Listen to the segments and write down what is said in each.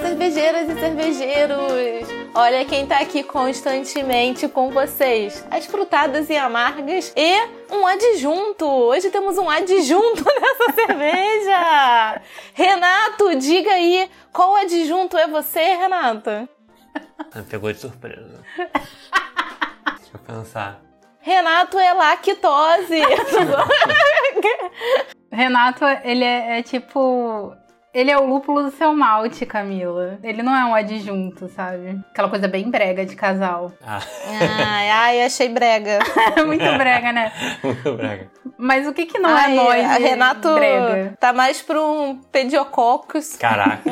cervejeiras e cervejeiros! Olha quem tá aqui constantemente com vocês: as frutadas e amargas e um adjunto. Hoje temos um adjunto nessa cerveja. Renato, diga aí qual adjunto é você, Renato? Me Ah, pegou de surpresa. Deixa eu pensar. Renato é lactose. Renato, ele é, é tipo. Ele é o lúpulo do seu malte, Camila. Ele não é um adjunto, sabe? Aquela coisa bem brega de casal. Ah, ai, ai, achei brega. Muito brega, né? muito brega. Mas o que que não Ai, é nós? a Renato Brega. tá mais pra um pediococcus. Caraca.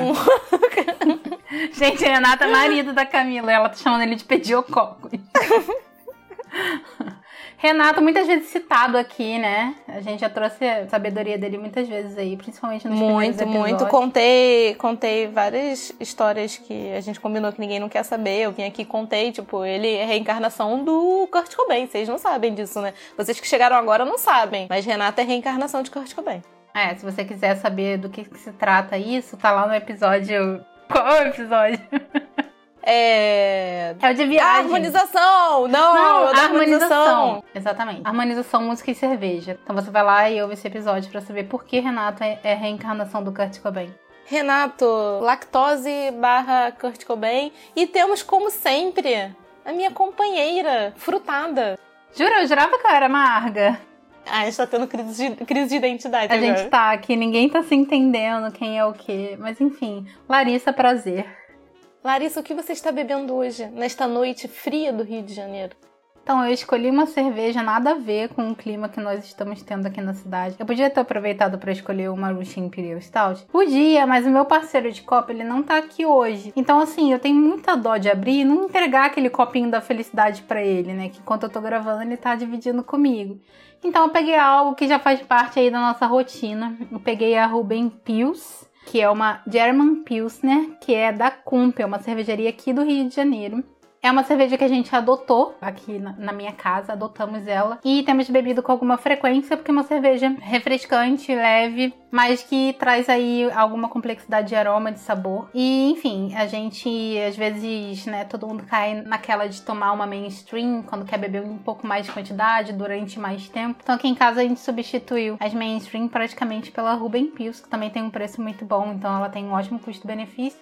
Gente, Renata é marido da Camila. Ela tá chamando ele de pediococo. Renato, muitas vezes citado aqui, né? A gente já trouxe a sabedoria dele muitas vezes aí, principalmente nos primeiros Muito, episódios. muito. Contei, contei várias histórias que a gente combinou que ninguém não quer saber. Eu vim aqui e contei, tipo, ele é a reencarnação do Kurt Cobain. Vocês não sabem disso, né? Vocês que chegaram agora não sabem. Mas Renata é a reencarnação de Kurt Cobain. É, se você quiser saber do que, que se trata isso, tá lá no episódio. Qual é o episódio? É. É o de A viagem. harmonização! Não, Não, da harmonização. Exatamente. Harmonização, música e cerveja. Então você vai lá e ouve esse episódio pra saber por que Renato é, é a reencarnação do Kurt Cobain. Renato, lactose barra Kurt Cobain. E temos, como sempre, a minha companheira, frutada. Jura? Eu jurava que eu era amarga. Ah, a gente tá tendo crise de, crise de identidade A agora. gente tá aqui, ninguém tá se entendendo quem é o quê. Mas enfim, Larissa, prazer. Larissa, o que você está bebendo hoje, nesta noite fria do Rio de Janeiro? Então, eu escolhi uma cerveja nada a ver com o clima que nós estamos tendo aqui na cidade. Eu podia ter aproveitado pra escolher uma Rush Imperial Stout. Podia, mas o meu parceiro de copo, ele não tá aqui hoje. Então, assim, eu tenho muita dó de abrir e não entregar aquele copinho da felicidade pra ele, né? Que enquanto eu tô gravando, ele tá dividindo comigo. Então, eu peguei algo que já faz parte aí da nossa rotina. Eu peguei a Ruben Pils. Que é uma German Pilsner, que é da Kump, é uma cervejaria aqui do Rio de Janeiro. É uma cerveja que a gente adotou aqui na, na minha casa, adotamos ela. E temos bebido com alguma frequência, porque é uma cerveja refrescante, leve, mas que traz aí alguma complexidade de aroma, de sabor. E, enfim, a gente, às vezes, né, todo mundo cai naquela de tomar uma mainstream, quando quer beber um pouco mais de quantidade, durante mais tempo. Então aqui em casa a gente substituiu as mainstream praticamente pela Ruben Pils, que também tem um preço muito bom, então ela tem um ótimo custo-benefício.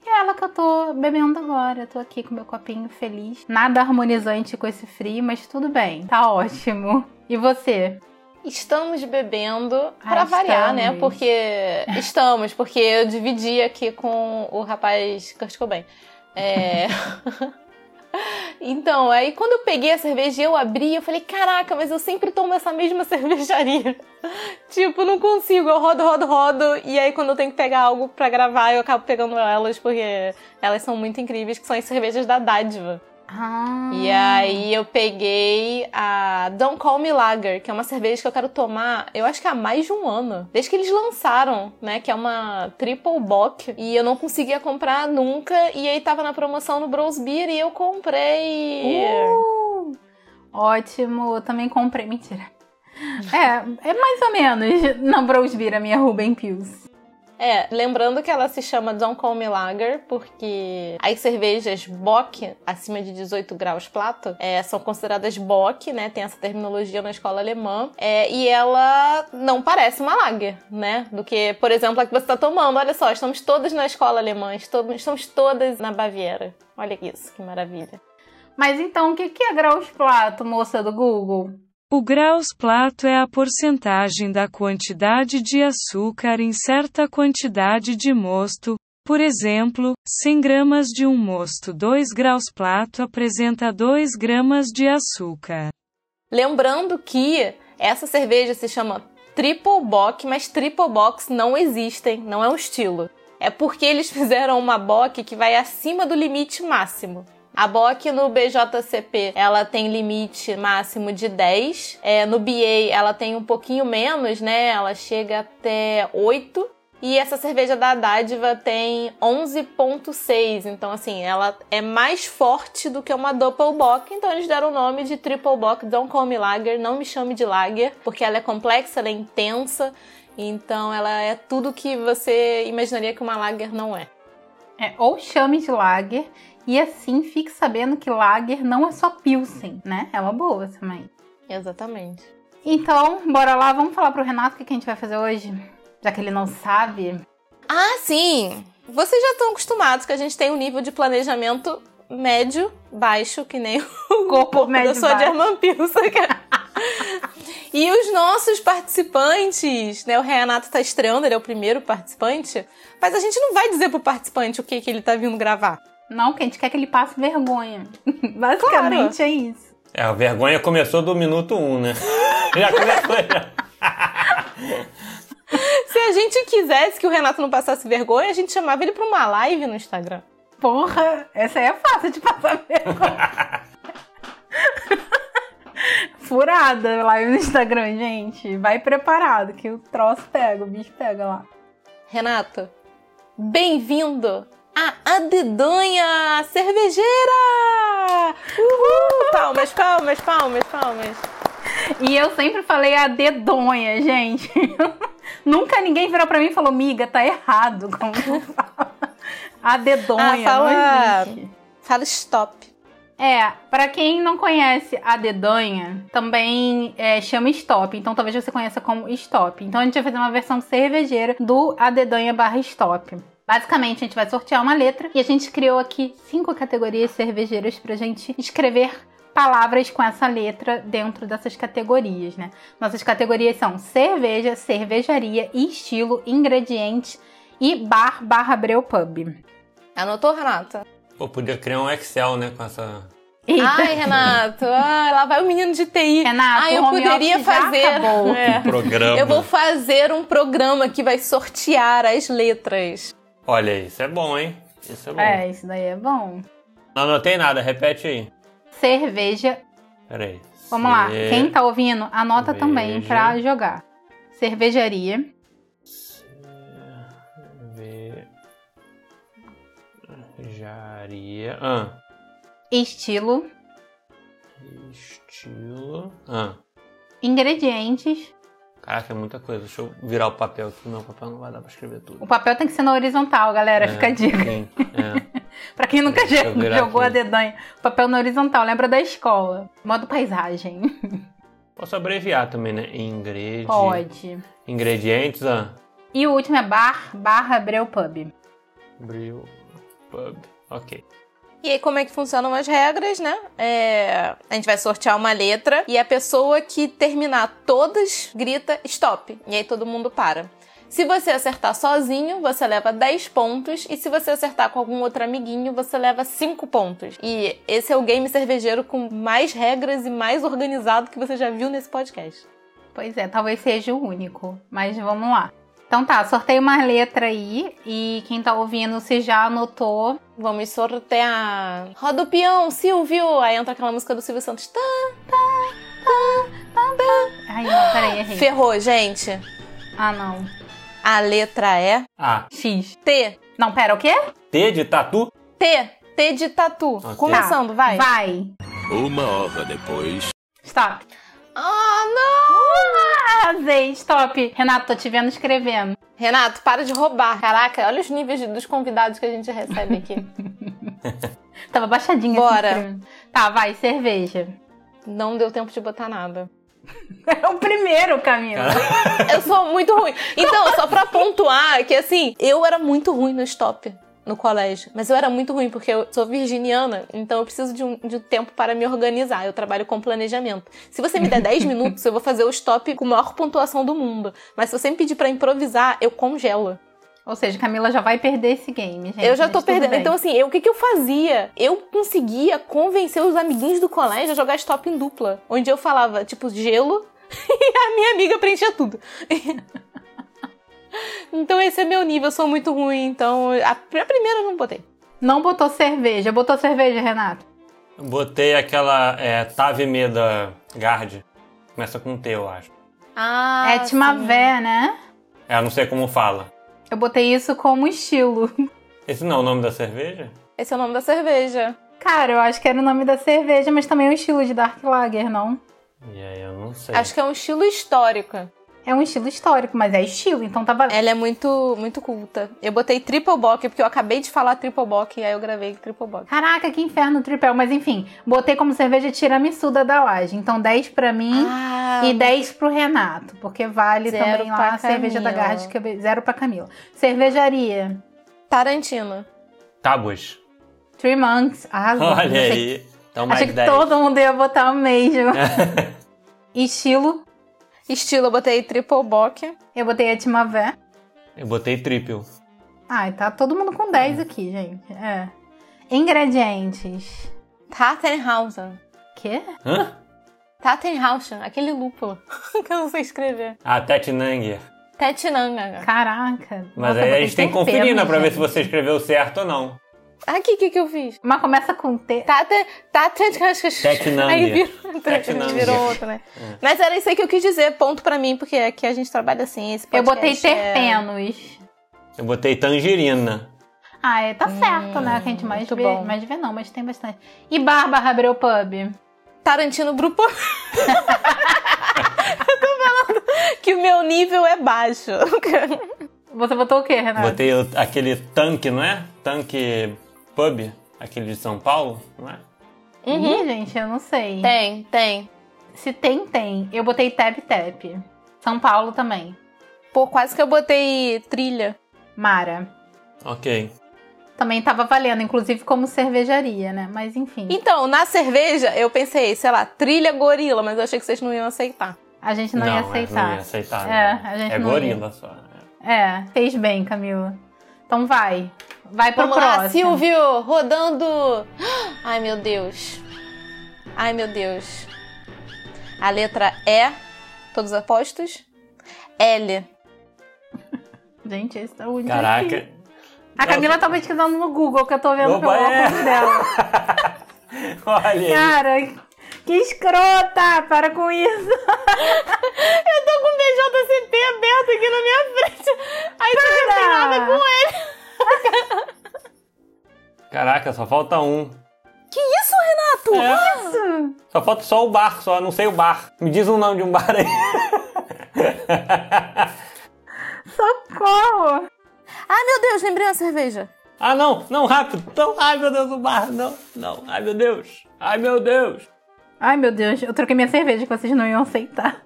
E é ela que eu tô bebendo agora. Eu tô aqui com meu copinho feliz. Nada harmonizante com esse frio, mas tudo bem. Tá ótimo. E você? Estamos bebendo, Ah, para variar, estamos. né? Porque estamos, porque eu dividi aqui com o rapaz Kurt Cobain. É... então, aí quando eu peguei a cerveja e eu abri, eu falei, caraca, mas eu sempre tomo essa mesma cervejaria. tipo, não consigo, eu rodo, rodo, rodo. E aí quando eu tenho que pegar algo pra gravar, eu acabo pegando elas, porque elas são muito incríveis, que são as cervejas da dádiva. Ah, E aí eu peguei a Don't Call Me Lager, que é uma cerveja que eu quero tomar, eu acho que há mais de um ano. Desde que eles lançaram, né? Que é uma triple bock. E eu não conseguia comprar nunca. E aí tava na promoção no Bros Beer e eu comprei. Uh, ótimo. Eu também comprei. Mentira. É, é mais ou menos. Não, Brosbira, a minha Ruben Pills. É, lembrando que ela se chama Don't Call Me Lager, porque as cervejas Bock, acima de 18 graus plato, é, são consideradas Bock, né? Tem essa terminologia na escola alemã. É, e ela não parece uma Lager, né? Do que, por exemplo, a que você tá tomando. Olha só, estamos todas na escola alemã, esto- estamos todas na Baviera. Olha isso, que maravilha. Mas então, o que que é Graus Plato, moça do Google? O graus plato é a porcentagem da quantidade de açúcar em certa quantidade de mosto. Por exemplo, 100 gramas de um mosto 2 graus plato apresenta 2 gramas de açúcar. Lembrando que essa cerveja se chama Triple Bock, mas Triple Box não existem, não é um estilo. É porque eles fizeram uma Bock que vai acima do limite máximo. A Bock no BJCP, ela tem limite máximo de 10. É, no BA, ela tem um pouquinho menos, né? Ela chega até 8. E essa cerveja da Dádiva tem 11.6, então assim, ela é mais forte do que uma Doppelbock, então eles deram o nome de Triple Bock, Don't Call Me Lager, não me chame de Lager, porque ela é complexa, ela é intensa, então ela é tudo que você imaginaria que uma Lager não é. É, ou chame de lager e assim fique sabendo que lager não é só pilsen, né? É uma boa também. Exatamente. Então, bora lá, vamos falar pro Renato o que que a gente vai fazer hoje? Já que ele não sabe. Ah, sim! Vocês já estão acostumados que a gente tem um nível de planejamento médio, baixo, que nem o corpo médio Eu sou de baixo. Herman Pilsen, cara. E os nossos participantes, né? O Renato tá estreando, ele é o primeiro participante. Mas a gente não vai dizer pro participante o que, que ele tá vindo gravar. Não, que a gente quer que ele passe vergonha. Basicamente é isso. É, a vergonha começou do minuto 1, um, né? Já começou, já. Se a gente quisesse que o Renato não passasse vergonha, a gente chamava ele pra uma live no Instagram. Porra, essa aí é fácil de passar vergonha. Furada live no Instagram, gente. Vai preparado, que o troço pega, o bicho pega lá. Renato, bem-vindo à Adedanha Cervejeira! Uhul! Palmas, palmas, palmas, palmas. E eu sempre falei a dedonha, gente. Nunca ninguém virou pra mim e falou, miga, tá errado. Como que fala? A dedonha, Ah, fala- não existe. Fala stop. É, pra quem não conhece a dedonha, também é, chama stop. Então talvez você conheça como stop. Então a gente vai fazer uma versão cervejeira do a dedonha barra stop. Basicamente, a gente vai sortear uma letra e a gente criou aqui cinco categorias cervejeiras pra gente escrever palavras com essa letra dentro dessas categorias, né? Nossas categorias são cerveja, cervejaria, estilo, ingrediente e bar barra breu pub. Anotou, Renata? Pô, podia criar um Excel, né? Com essa. E- Ai, Renato, ah, lá vai o menino de TI. Renato, Ai, eu o home poderia office já fazer. acabou. É. Programa. Eu vou fazer um programa que vai sortear as letras. Olha, isso é bom, hein? Isso é bom. É, isso daí é bom. Não anotei nada, repete aí. Cerveja. Peraí. Vamos lá. Ce- Quem tá ouvindo, anota cerveja. também pra jogar. Cervejaria. Ve- Jaria. Ah. Estilo. Estilo. Ah. Ingredientes. Caraca, é muita coisa. Deixa eu virar o papel aqui. Meu papel não vai dar pra escrever tudo. O papel tem que ser na horizontal, galera. É, Fica a dica. tem. É. Pra quem nunca Deixa eu jo- virar jogou aqui. a dedanha. Papel na horizontal. Lembra da escola. Modo paisagem. Posso abreviar também, né? Ingredi... Pode. Ingredientes. Ah. E o último é bar, barra breu pub. Bril. Pub. Ok. E aí, como é que funcionam as regras, né? É, a gente vai sortear uma letra e a pessoa que terminar todas grita stop. E aí todo mundo para. Se você acertar sozinho, você leva 10 pontos. E se você acertar com algum outro amiguinho, você leva 5 pontos. E esse é o game cervejeiro com mais regras e mais organizado que você já viu nesse podcast. Pois é, talvez seja o único, mas vamos lá. Então tá, sorteio uma letra aí e quem tá ouvindo, se já anotou, Vamos sortear. Roda o peão, Silvio! Aí entra aquela música do Silvio Santos. Tá, Ai, não, peraí, errei. ferrou, gente. Ah, não. A letra é A. X. T. Não, pera, o quê? Ah, T de tatu? T. T de tatu. Ok. Começando, Tá, vai. Vai. Uma hora depois. Stop. Ah, não! Arrasei, stop. Renato, tô te vendo escrevendo. Renato, para de roubar. Caraca, olha os níveis de- dos convidados que a gente recebe aqui. Tava baixadinha. Bora. assim, escrevendo. Tá, vai, cerveja. não deu tempo de botar nada. É o primeiro, Camila. Eu sou muito ruim. Então, só pra pontuar que assim, eu era muito ruim no stop. No colégio. Mas eu era muito ruim, porque eu sou virginiana, então eu preciso de um, de um tempo para me organizar. Eu trabalho com planejamento. Se você me der 10 minutos, eu vou fazer o stop com a maior pontuação do mundo. Mas se você me pedir pra improvisar, eu congelo. Ou seja, Camila já vai perder esse game, gente. Eu já mas tô tudo perdendo. bem. Então, assim, eu- o que, que eu fazia? Eu conseguia convencer os amiguinhos do colégio a jogar stop em dupla. Onde eu falava, tipo, gelo e a minha amiga preenchia tudo. então, esse é meu nível. Eu sou muito ruim. Então, a, a primeira eu não botei. Não botou cerveja. Botou cerveja, Renato? Botei aquela é, Tave Meda Guard. Começa com T, eu acho. Ah, é Timavé, né? É, não sei como fala. Eu botei isso como estilo. Esse não é o nome da cerveja? Esse é o nome da cerveja. Cara, eu acho que era o nome da cerveja, é mas também o estilo de Dark Lager, não? E aí, eu não sei. Acho que é um estilo é histórico. É um estilo histórico, mas é estilo, então tá valendo. Ela é muito, muito culta. Eu botei triple bock, porque eu acabei de falar triple bock, e aí eu gravei triple bock. Caraca, que inferno tripel, mas enfim, botei como cerveja tiramisuda da laje. Então 10 pra mim Ah, e 10 pro Renato, porque vale Zero também pra lá a cerveja da Camila. Garde, que eu be- zero pra Camila. Cervejaria, Tarantino. Tábuas. Three Monks, arrasou. Olha Ah, Achei- aí. Então mais Achei que 10. todo mundo ia botar o mesmo. Estilo, Estilo, eu botei triple bock. eu botei a Timavé. Eu botei triple. Ai, tá todo mundo com Hum. 10 aqui, gente. É. Ingredientes. Tattenhausen. Quê? Hã? Tattenhausen, aquele lúpulo que eu não sei escrever. Ah, Tetnanger. Tetinanger. Caraca. É. Mas Nossa, aí a botei gente tem que sem conferir, né? pena, Pra ver gente. se você escreveu certo ou não. Aqui, o Ah, que, que eu fiz? Mas começa com T. Taten... Taten... Tetnanger. Aí virou, Tetnanger. virou outro, né? Mas era isso aí que eu quis dizer, ponto pra mim, porque aqui a gente trabalha assim, esse Eu botei podcast é- terpenos. Eu botei tangerina. Ah, é, tá certo, né? Que a gente mais Hum, muito vê, bom. mais vê não, mas tem bastante. E Bárbara abriu o pub. Tarantino Grupo. eu tô falando que o meu nível é baixo. Você botou o quê, Renato? Botei o- aquele tanque, não é? Tanque pub, aquele de São Paulo, não é? Ih, gente, eu não sei. Uhum. Tem, tem. Se tem, tem. Eu botei Tap Tap. São Paulo também. Pô, quase que eu botei trilha. Mara. Ok. Também tava valendo, inclusive como cervejaria, né? Mas enfim, Então, na cerveja, eu pensei, sei lá, trilha gorila, mas eu achei que vocês não iam aceitar. a gente não, ia é, Não aceitar. ia aceitar. É, não. a gente é não gorila só. né? É, fez bem, Camila. Então vai. Vai pro Vamos próximo. lá, Silvio, rodando. Ai, meu Deus. Ai, meu Deus. A letra E, todos apostos. L. Gente, esse tá muito difícil. Caraca. A Camila tá pesquisando no Google, que eu tô vendo Opa, pelo é. óculos dela. Olha aí. Cara, que escrota! Para com isso! Eu tô com um o BJCP aberto aqui na minha frente. Aí você não tem nada com ele. Caraca, só falta um. Que isso, Renato? É, só falta só o bar, só não sei o bar. Me diz o nome de um bar aí. Socorro! Ah, meu Deus, lembrei uma cerveja. ah, não, não, rápido. Não, ai, meu Deus, o bar, não, não. Ai, meu Deus. Ai, meu Deus. Ai, meu Deus, eu troquei minha cerveja que vocês não iam aceitar.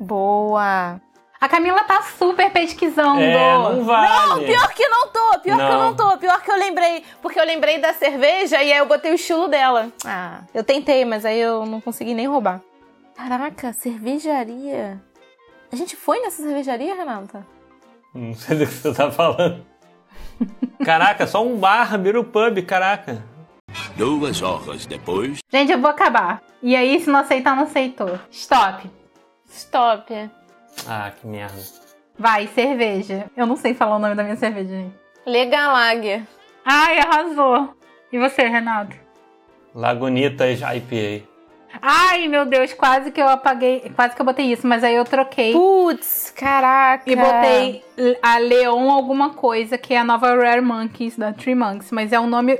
Boa. A Camila tá super pesquisando. É, não vale. Pior que não tô, pior que eu Não. não tô, pior que eu lembrei. Porque eu lembrei da cerveja e aí eu botei o estilo dela. Ah, eu tentei, mas aí eu não consegui nem roubar. Caraca, cervejaria. A gente foi nessa cervejaria, Renata? Não sei do que você tá falando. Caraca, só um bar, vira o pub, caraca. Duas horas depois. Gente, eu vou acabar. E aí, se não aceitar, não aceitou. Stop. Stop. Ah, que merda. Vai, cerveja. Eu não sei falar o nome da minha cerveja, gente. Legalager. Ai, arrasou. E você, Renato? Lagunitas IPA. Ai, meu Deus, quase que eu apaguei. Quase que eu botei isso, mas aí eu troquei. Putz, caraca. E botei a Leon alguma coisa, que é a nova Rare Monkeys da Three Monks, mas é o nome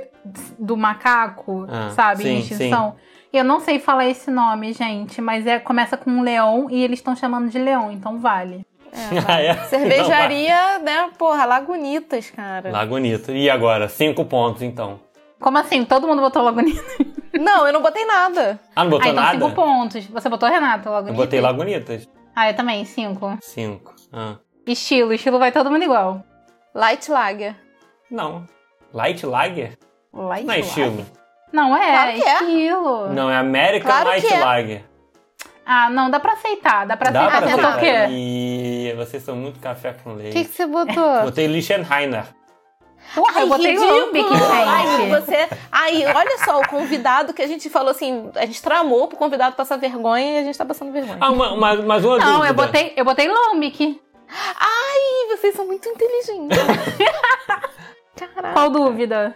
do macaco, Ah, sabe? em sim, extinção. Eu não sei falar esse nome, gente, mas é, começa com um leão e eles estão chamando de leão, então vale. Ah, é? Cervejaria, né? Porra, Lagunitas, cara. Não, vai. Lagunita. E agora? Cinco pontos, então. Como assim? Todo mundo botou logo nisso? Não, eu não botei nada. Ah, não botou ah, então nada? cinco pontos. Você botou Renato logo Eu nisso? botei Lagunitas. Ah, eu também, cinco. Cinco. Ah. Estilo, estilo vai todo mundo igual. Light Lager. Não. Light Lager? Light Não é estilo. Não é, Claro que é. estilo. Não, é American Claro que Light é. Lager. Ah, não, dá pra aceitar, dá pra Dá aceitar. pra Você botou aceitar. o quê? Ih, vocês são muito café com O leite. que, que você botou? Botei Lichtenheiner. Porra, eu botei ridículo! Lambic, gente. Ai, você... Ai, olha só, o convidado que a gente falou assim, a gente tramou pro convidado passar vergonha e a gente tá passando vergonha. Ah, uma, uma, mais uma Não, dúvida. eu botei, eu botei Lambic. Ai, vocês são muito inteligentes. Caraca. Qual dúvida?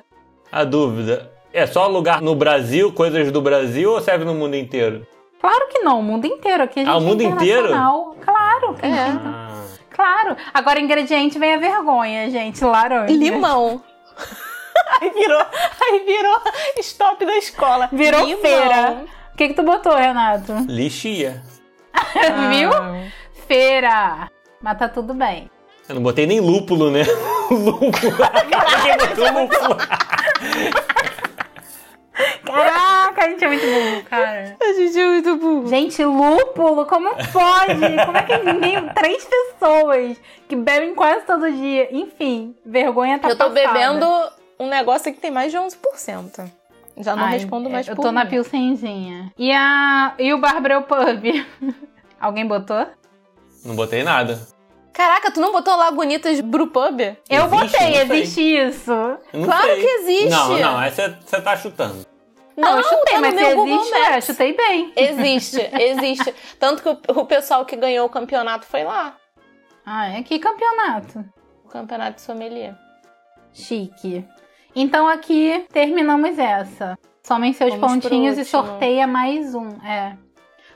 A dúvida. É só lugar no Brasil, coisas do Brasil, ou serve no mundo inteiro? Claro que não, o mundo inteiro aqui a gente Ah, o mundo é inteiro? internacional. Claro, que É. Ah. claro. Agora ingrediente vem a vergonha, gente, laranja. Limão. Aí virou, aí virou stop da escola. Virou Limão. feira. O que que tu botou, Renato? Lixia. Ah. Viu? Feira. Mas tá tudo bem. Eu não botei nem lúpulo, né? lúpulo. Ninguém botou lúpulo. Caraca, a gente é muito burro, cara. A gente é muito burro. Gente, lúpulo, como pode? Como é que ninguém. Três pessoas que bebem quase todo dia. Enfim, vergonha tá eu tô passada. bebendo um negócio que tem mais de 11%. Já não Ai, respondo mais Eu por tô na mim. Pilsenzinha. E, a... e o Barbrel Pub? Alguém botou? Não botei nada. Caraca, tu não botou lá Bonitas Brewpub? Eu Existe? botei, Não sei. existe isso. Eu não Claro sei. que existe. Não, não, aí você tá chutando. Não, eu chutei, tá no mas se meu Google existe, Maps. é, eu chutei bem. Existe, existe. Tanto que o, o pessoal que ganhou o campeonato foi lá. Ah, é que campeonato. O campeonato de sommelier. Chique. Então aqui terminamos essa. Somem seus Vamos pro pontinhos e último. sorteia mais um. É.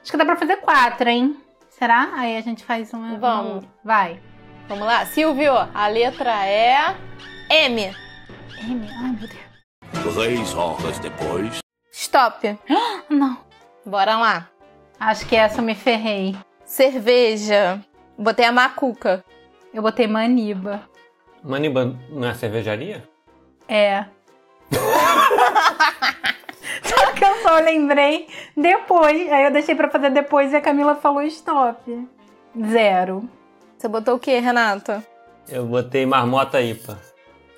Acho que dá pra fazer quatro, hein? Será? Aí a gente faz um. Vamos. um- Vai. Vamos lá, Silvio. A letra é M. M. Ai, meu Deus. Três horas depois. Stop. Ah, Não. Bora lá. Acho que essa eu me ferrei. Cerveja. Botei a macuca. Eu botei maniba. Maniba não é cervejaria? É. Só que eu só lembrei depois. Aí eu deixei pra fazer depois e a Camila falou stop. Zero. Você botou o quê, Renata? Eu botei marmota IPA.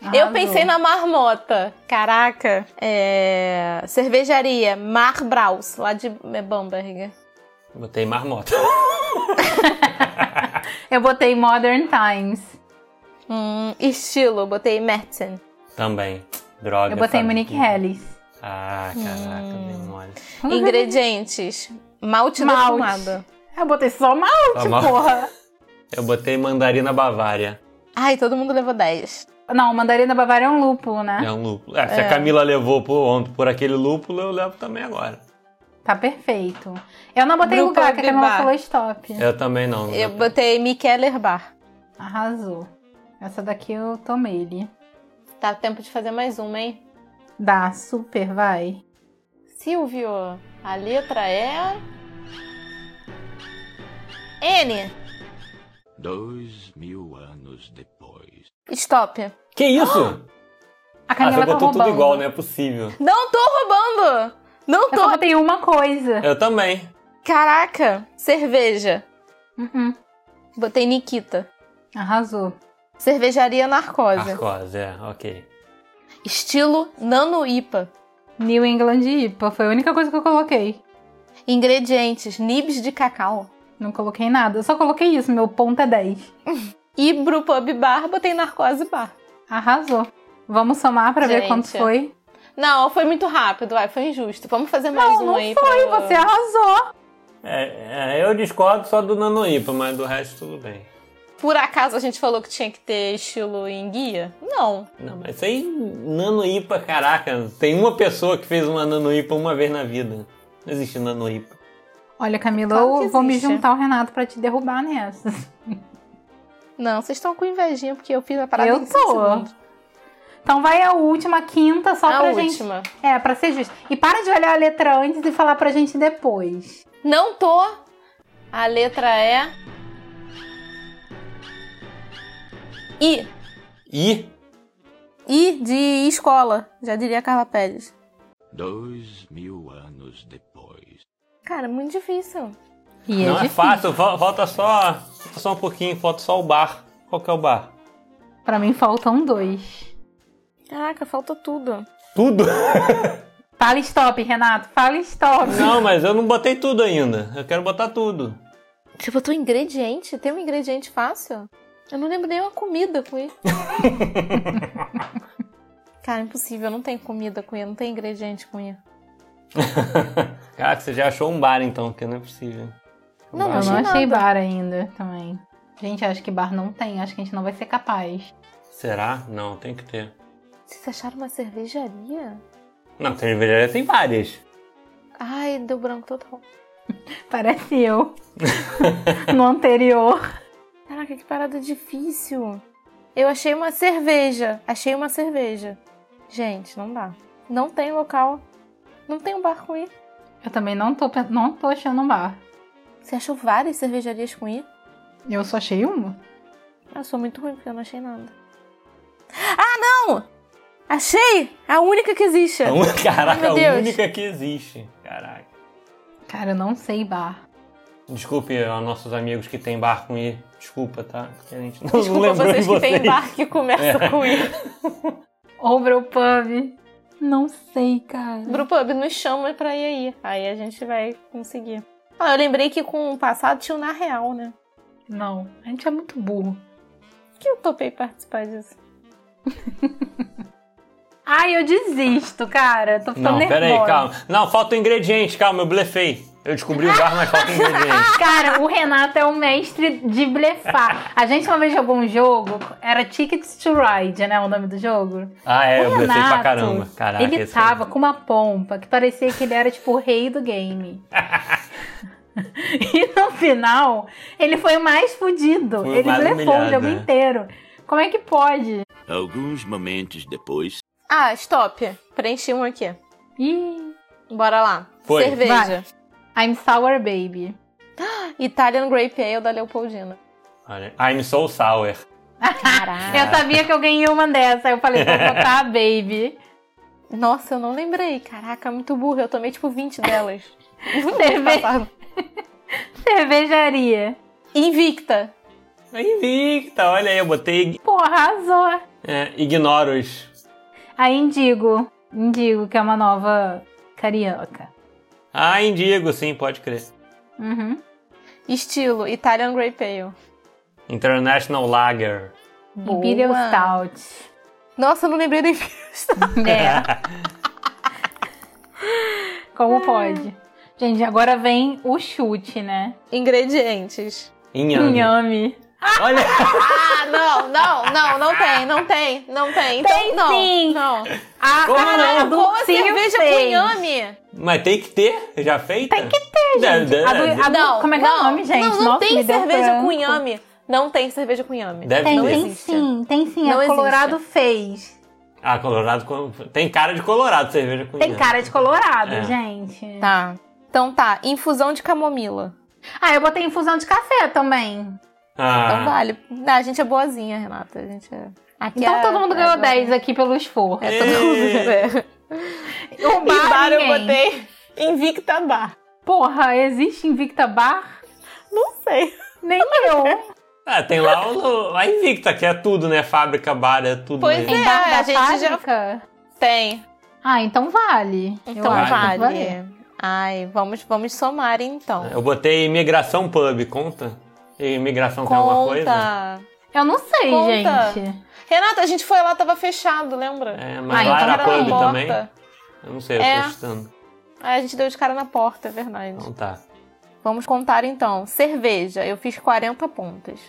Eu Arrasou. pensei na marmota. Caraca. É... Cervejaria Mar Braus, lá de Bamberg. Botei marmota. Eu botei Modern Times. Hum, estilo, botei Mertzen. Também. Droga. Eu botei sabe? Monique Hellis. Ah, caraca, dei mole. Ingredientes: malte, Malte. defumado. Eu botei só malte, Só malte. porra. Eu botei mandarina bavária. Ai, todo mundo levou 10. Não, mandarina bavária é um lúpulo, né? É um lúpulo. É, se a Camila levou por, ontem por aquele lúpulo, eu levo também agora. um- Tá perfeito. Eu não botei Grupo lugar, que a Camila Bibar. falou stop. Eu também não. Eu botei Mikeller Bar. Arrasou. Essa daqui eu tomei ele. Tá tempo de fazer mais uma, hein? Dá, super, vai. Silvio, a letra é. N. Dois mil anos depois. Stop. Que isso? Ah, A você Camila tá botou roubando. tudo igual, não é possível. Não tô roubando! Não Eu tô. só botei uma coisa. Eu também. Caraca! Cerveja. Uhum. Botei Nikita. Arrasou. Cervejaria Narcose. Ah. Arcose, é, ok. Estilo Nano IPA. New England IPA foi a única coisa que eu coloquei. Ingredientes: nibs de cacau. Não coloquei nada. Eu só coloquei isso. Meu ponto é 10. E pro pub bar, botei Narcose Bar. Arrasou. Vamos somar pra ver Gente. quanto foi. Não, foi muito rápido, ai, foi injusto. Vamos fazer mais Não, um não aí. foi. pra- Você arrasou. É, é, eu discordo só do nanoípa, mas do resto tudo bem. é- Por acaso a gente falou que tinha que ter estilo em guia? Não. Não, mas isso aí, nanoípa, caraca, tem uma pessoa que fez uma nanoípa uma vez na vida. Não existe nanoípa. Olha, Camila, Então, Claro que eu vou me existe. juntar ao Renato pra te derrubar nessa. Não, vocês estão com invejinha porque eu fiz a parada Eu em cinco tô. segundos. Então vai a última, quinta, só a pra gente. última. É, pra ser justo. E para de olhar a letra antes e falar pra gente depois. Não tô. A letra é. I. E I de escola, já diria a Carla Pérez. Dois mil anos depois. Cara, muito difícil. E não é, difícil. fácil, fal- falta só, falta só um pouquinho, falta só o bar. Qual que é o bar? Pra mim faltam dois. Caraca, falta tudo. Tudo? Fala stop, Renato. Fala stop. não, mas eu não botei tudo ainda. Eu quero botar tudo. Você botou ingrediente? Tem um ingrediente fácil? Eu não lembro nenhuma comida com I. Cara, impossível, não tem comida com I, não tem ingrediente com I. Caraca, você já achou um bar então, que não é possível. Não, é? Eu Bar. não achei achei nada. bar ainda também. Gente, acho que bar não tem. Acho que a gente não vai ser capaz. Será? Não, tem que ter. Vocês acharam uma cervejaria? Não, cervejaria tem várias. Ai, deu branco total. Parece eu. no anterior. Caraca, que parada difícil. Eu achei uma cerveja. Achei uma cerveja. Gente, não dá. Não tem local. Não tem um bar com I. Eu também não tô, pe- não tô achando um bar. Você achou várias cervejarias com I? Eu só achei uma? Ah, Eu sou muito ruim porque eu não achei nada. Ah, não! Achei! A única que existe. É uma- Ai, Caraca, meu a Deus. única que existe. Caraca. Cara, eu não sei bar. Desculpe aos nossos amigos que tem bar com I. Desculpa, tá? Porque a gente não Desculpa lembrou vocês de que vocês. têm bar que começa É. com I. Ou Brewpub. Não sei, cara. Brewpub nos chama pra ir aí. Aí a gente vai conseguir. Ah, eu lembrei que com o passado tinha o Na Real, né? Não, a gente é muito burro. Por que eu topei participar disso? Ai, eu desisto, cara. Tô ficando Não, nervosa. peraí, calma. Não, falta o ingrediente, calma, eu blefei. Eu descobri o bar, mas falta o ingrediente. Cara, o Renato é o mestre de blefar. A gente uma vez jogou um jogo, era Tickets to Ride, né? O nome do jogo. Ah, é, eu o blefei Renato, pra caramba. Caraca, ele esse é um- foi- tava com uma pompa que parecia que ele era tipo o rei do game. e no final, ele foi o mais fudido. Foi o ele mais blefou o humilhado, jogo né? inteiro. Como é que pode? Alguns momentos depois. Ah, stop. Preenchi um aqui. Ih, Bora lá. Foi. Cerveja. I'm Sour Baby. Italian Grape Ale da Leopoldina. Olha, I'm so sour. Caraca. Eu sabia que alguém ia uma dessa. Aí eu falei, vou botar a Baby. Nossa, eu não lembrei. Caraca, muito burra. Eu tomei tipo 20 delas. Cerve... Cervejaria. Invicta. Invicta, olha aí, eu botei. Pô, arrasou. É, ignoros. A Indigo. Indigo, que é uma nova carioca. Ah, indigo, sim, pode crer. Uhum. Estilo Italian Grape Ale. International Lager. Imperial Stout. Nossa, eu não lembrei da Imperial Stout. É. Como pode? Gente, agora vem o chute, né? Ingredientes. Inhame. Inhame. Olha, Ah, não, não, não, não tem, não tem, não tem. Então, Tem não, sim. não. A, Como a não? do Ah, Como a ursinho cerveja com fez. inhame? mas tem que ter, já feita? Tem que ter, gente. A do- a do- Não, como é que é não, o nome, gente? Não, não Nossa, tem me deu cerveja branco. com inhame. Não tem cerveja com inhame. Deve Tem, não ter. tem existe. sim, tem sim. Não a existe. Colorado fez. Ah, Colorado. com- Tem cara de Colorado, cerveja com Tem inhame. cara de colorado, É. gente. Tá. Então tá, infusão de camomila. Ah, eu botei infusão de café também. Então Ah, vale. Não, a gente é boazinha, Renata. A gente é... Aqui Então é- todo mundo ganhou é 10 aqui pelo esforço. É, todo mundo. É. O bar, E bar eu ninguém. botei Invicta Bar. Porra, existe Invicta Bar? Não sei. Nem eu. Ah, tem lá o, a Invicta, que é tudo, né? Fábrica, bar, é tudo. Pois né? É, Tem bar da a gente já- fábrica? Tem. Ah, então vale. Então acho vale. que Ai, vamos, vamos somar então. Eu botei imigração pub, conta? Imigração tem alguma coisa? Conta. Eu não sei, Conta. gente. Renata, a gente foi lá, tava fechado, lembra? É, Ah, mas então lá era tá pub bom. também? Eu não sei, eu É. tô chutando. Aí a gente deu de cara na porta, é verdade. Então tá. Vamos contar então. Cerveja, eu fiz 40 pontas.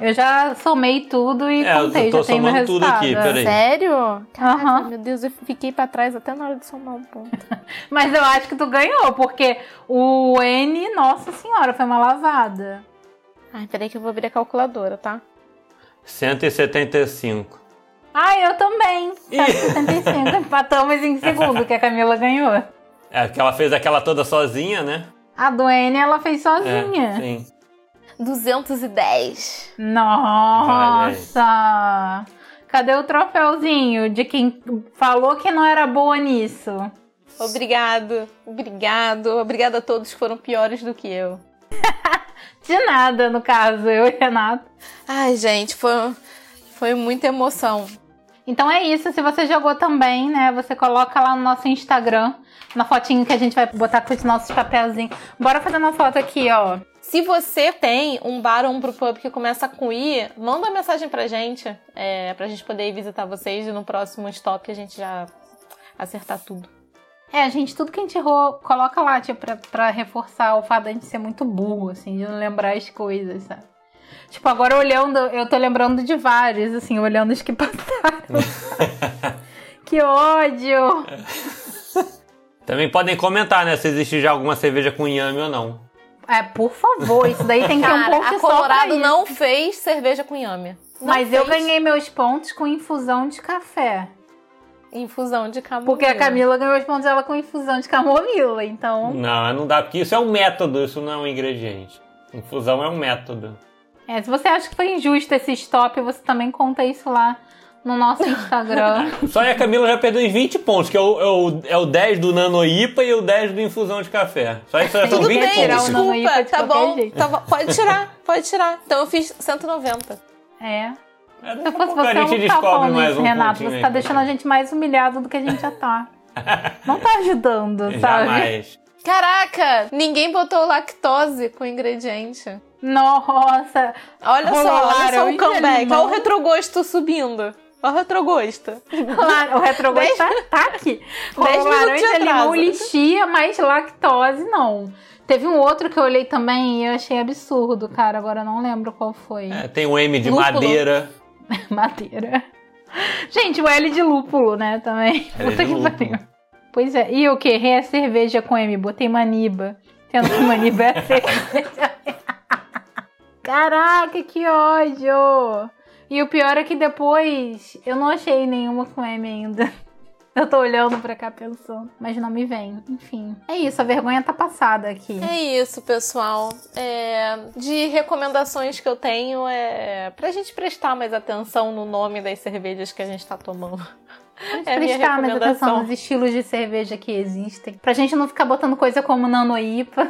Eu já somei tudo e É, eu contei, tô já tenho meu somando tudo resultado. aqui, peraí. Sério? Caraca, Aham. meu Deus, eu fiquei pra trás até na hora de somar um ponto. Mas eu acho que tu ganhou, porque o N, nossa senhora, foi uma lavada. Ai, peraí que eu vou abrir a calculadora, tá? 175. Ah, eu também. Tá 75. Empatamos em segundo, que a Camila ganhou. É, que ela fez aquela toda sozinha, né? A do N, ela fez sozinha. É, sim. 210. Nossa! Cadê o troféuzinho de quem falou que não era boa nisso? Obrigado, obrigado, obrigado a todos que foram piores do que eu. De nada, no caso, eu e Renato. Ai, gente, foi, foi muita emoção. Então é isso, se você jogou também, né? Você coloca lá no nosso Instagram, na fotinho que a gente vai botar com os nossos papelzinhos. Bora fazer uma foto aqui, ó. Se você tem um bar ou um pro pub que começa com I, manda uma mensagem pra gente, é, pra gente poder ir visitar vocês e no próximo stop a gente já acertar tudo. É, gente, tudo que a gente errou, coloca lá, tipo, pra, pra reforçar o fato da gente ser muito burro, assim, de não lembrar as coisas, sabe? Tipo, agora olhando, eu tô lembrando de vários, assim, olhando os que passaram. que ódio! Também podem comentar, né? Se existe já alguma cerveja com inhame ou não. É, por favor, isso daí tem que ter um Cara, ponto a só pra Colorado isso. não fez cerveja com inhame. Não Mas eu fez. ganhei meus pontos com infusão de café. Infusão de camomila. Porque a Camila ganhou os pontos dela com infusão de camomila, então. Não, não dá, porque isso é um método, isso não é um ingrediente. Infusão é um método. É, se você acha que foi injusto esse stop, você também conta isso lá no nosso Instagram. Só aí a Camila já perdeu uns 20 pontos, que é o, é o, é o 10 do nano IPA e o 10 do infusão de café. Só isso já são Tudo 20 bem, tirar pontos. o nano desculpa, IPA de tá qualquer bom, jeito. tá bom. Pode tirar, pode tirar. Então eu fiz 190. é. É, daqui Se a eu fosse pouco a você, eu gente não tava descobre mais nisso, um Renato. pontinho Você aí. tá deixando a gente mais humilhado do que a gente já tá. Não tá ajudando, sabe? Jamais. Caraca, ninguém botou lactose com ingrediente. Nossa! Olha só, olha só Rolaram o comeback. limão. Olha o retrogosto subindo. Olha o retrogosto. Claro, o retrogosto Dez- tá, tá aqui. Dez Com minutos de laranja, limão, atraso. lixia, mas lactose não. Teve um outro que eu olhei também e eu achei absurdo, cara. Agora eu não lembro qual foi. É, tem um M de Lúpulo. madeira. Madeira. Gente, o L de lúpulo, né, também. L de Puta que é lúpulo. pariu. Pois é, e eu que errei a cerveja com M, botei maniba. Sendo que maniba é cerveja. Caraca, que ódio! E o pior é que depois eu não achei nenhuma com M ainda. Eu tô olhando pra cá pensando, mas não me vem. Enfim, é isso, a vergonha tá passada aqui. É isso, pessoal. É, de recomendações que eu tenho é pra gente prestar mais atenção no nome das cervejas que a gente tá tomando. Vamos É a minha prestar mais atenção recomendação. nos estilos de cerveja que existem. Pra gente não ficar botando coisa como nanoipa.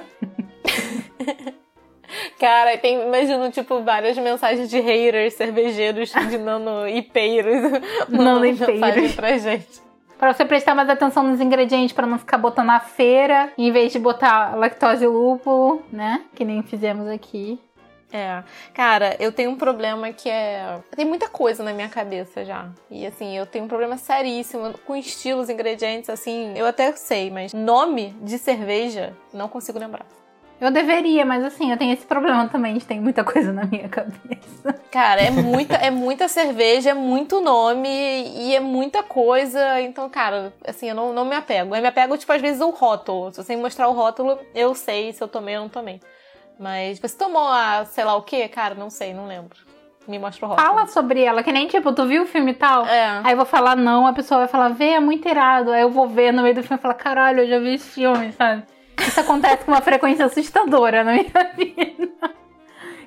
Cara, tem, imagino, tipo, várias mensagens de haters, cervejeiros, de nano ipeiros. mandando Nanoipeiros. mensagem pra gente. Pra você prestar mais atenção nos ingredientes, pra não ficar botando a feira, em vez de botar lactose e lúpulo, né? Que nem fizemos aqui. É. Cara, eu tenho um problema que é. Tem muita coisa na minha cabeça já. E assim, eu tenho um problema seríssimo com estilos, ingredientes, assim. Eu até sei, mas nome de cerveja, não consigo lembrar. Eu deveria, mas assim, eu tenho esse problema também de ter muita coisa na minha cabeça. Cara, é muita, é muita cerveja, é muito nome e é muita coisa. Então, cara, assim, eu não, não me apego. Eu me apego, tipo, às vezes o rótulo. Se você me mostrar o rótulo, eu sei se eu tomei ou não tomei. Mas tipo, você tomou a sei lá o quê? Cara, não sei, não lembro. Me mostra o rótulo. Fala sobre ela, que nem tipo, tu viu o filme e tal? É. Aí eu vou falar não, a pessoa vai falar, vê, é muito irado. Aí eu vou ver no meio do filme e falar, caralho, eu já vi esse filme, sabe? Isso acontece com uma frequência assustadora na minha vida.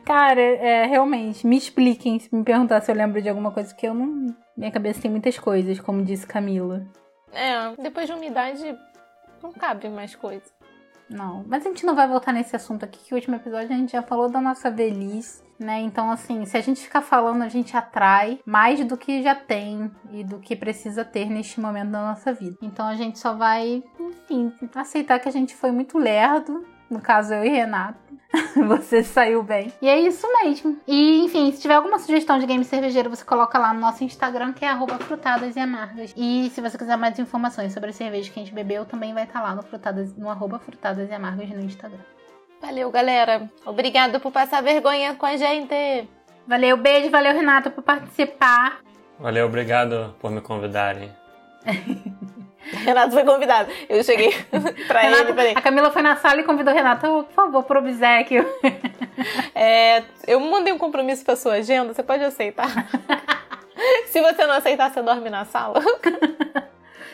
Cara, é, realmente, me expliquem se me perguntar se eu lembro de alguma coisa, que eu não. Minha cabeça tem muitas coisas, como disse Camila. É, depois de uma idade não cabe mais coisa. Não, mas a gente não vai voltar nesse assunto aqui, que o último episódio a gente já falou da nossa velhice, né? Então, assim, se a gente ficar falando, a gente atrai mais do que já tem e do que precisa ter neste momento da nossa vida. Então, a gente só vai, enfim, aceitar que a gente foi muito lerdo. No caso, eu e Renato. Você saiu bem. E é isso mesmo. E, enfim, se tiver alguma sugestão de game cervejeiro, você coloca lá no nosso Instagram, que é arroba frutadas e amargas. E se você quiser mais informações sobre a cerveja que a gente bebeu, também vai estar lá no, frutadas, no arroba frutadas e amargas no Instagram. Valeu, galera. Obrigado por passar vergonha com a gente. Valeu, beijo, valeu, Renato, por participar. Valeu, obrigado por me convidarem. Renato foi convidado. Eu cheguei pra ele, Renato, falei, a Camila foi na sala e convidou o Renato, "Ô, por favor, pro obsequio. É, eu mandei um compromisso pra sua agenda, você pode aceitar. Se você não aceitar, você dorme na sala.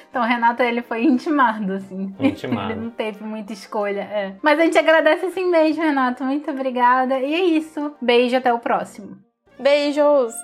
Então, o Renato, ele foi intimado, assim. Intimado. ele não teve muita escolha, é. Mas a gente agradece assim mesmo, Renato. Muito obrigada. E é isso. Beijo, até o próximo. Beijos!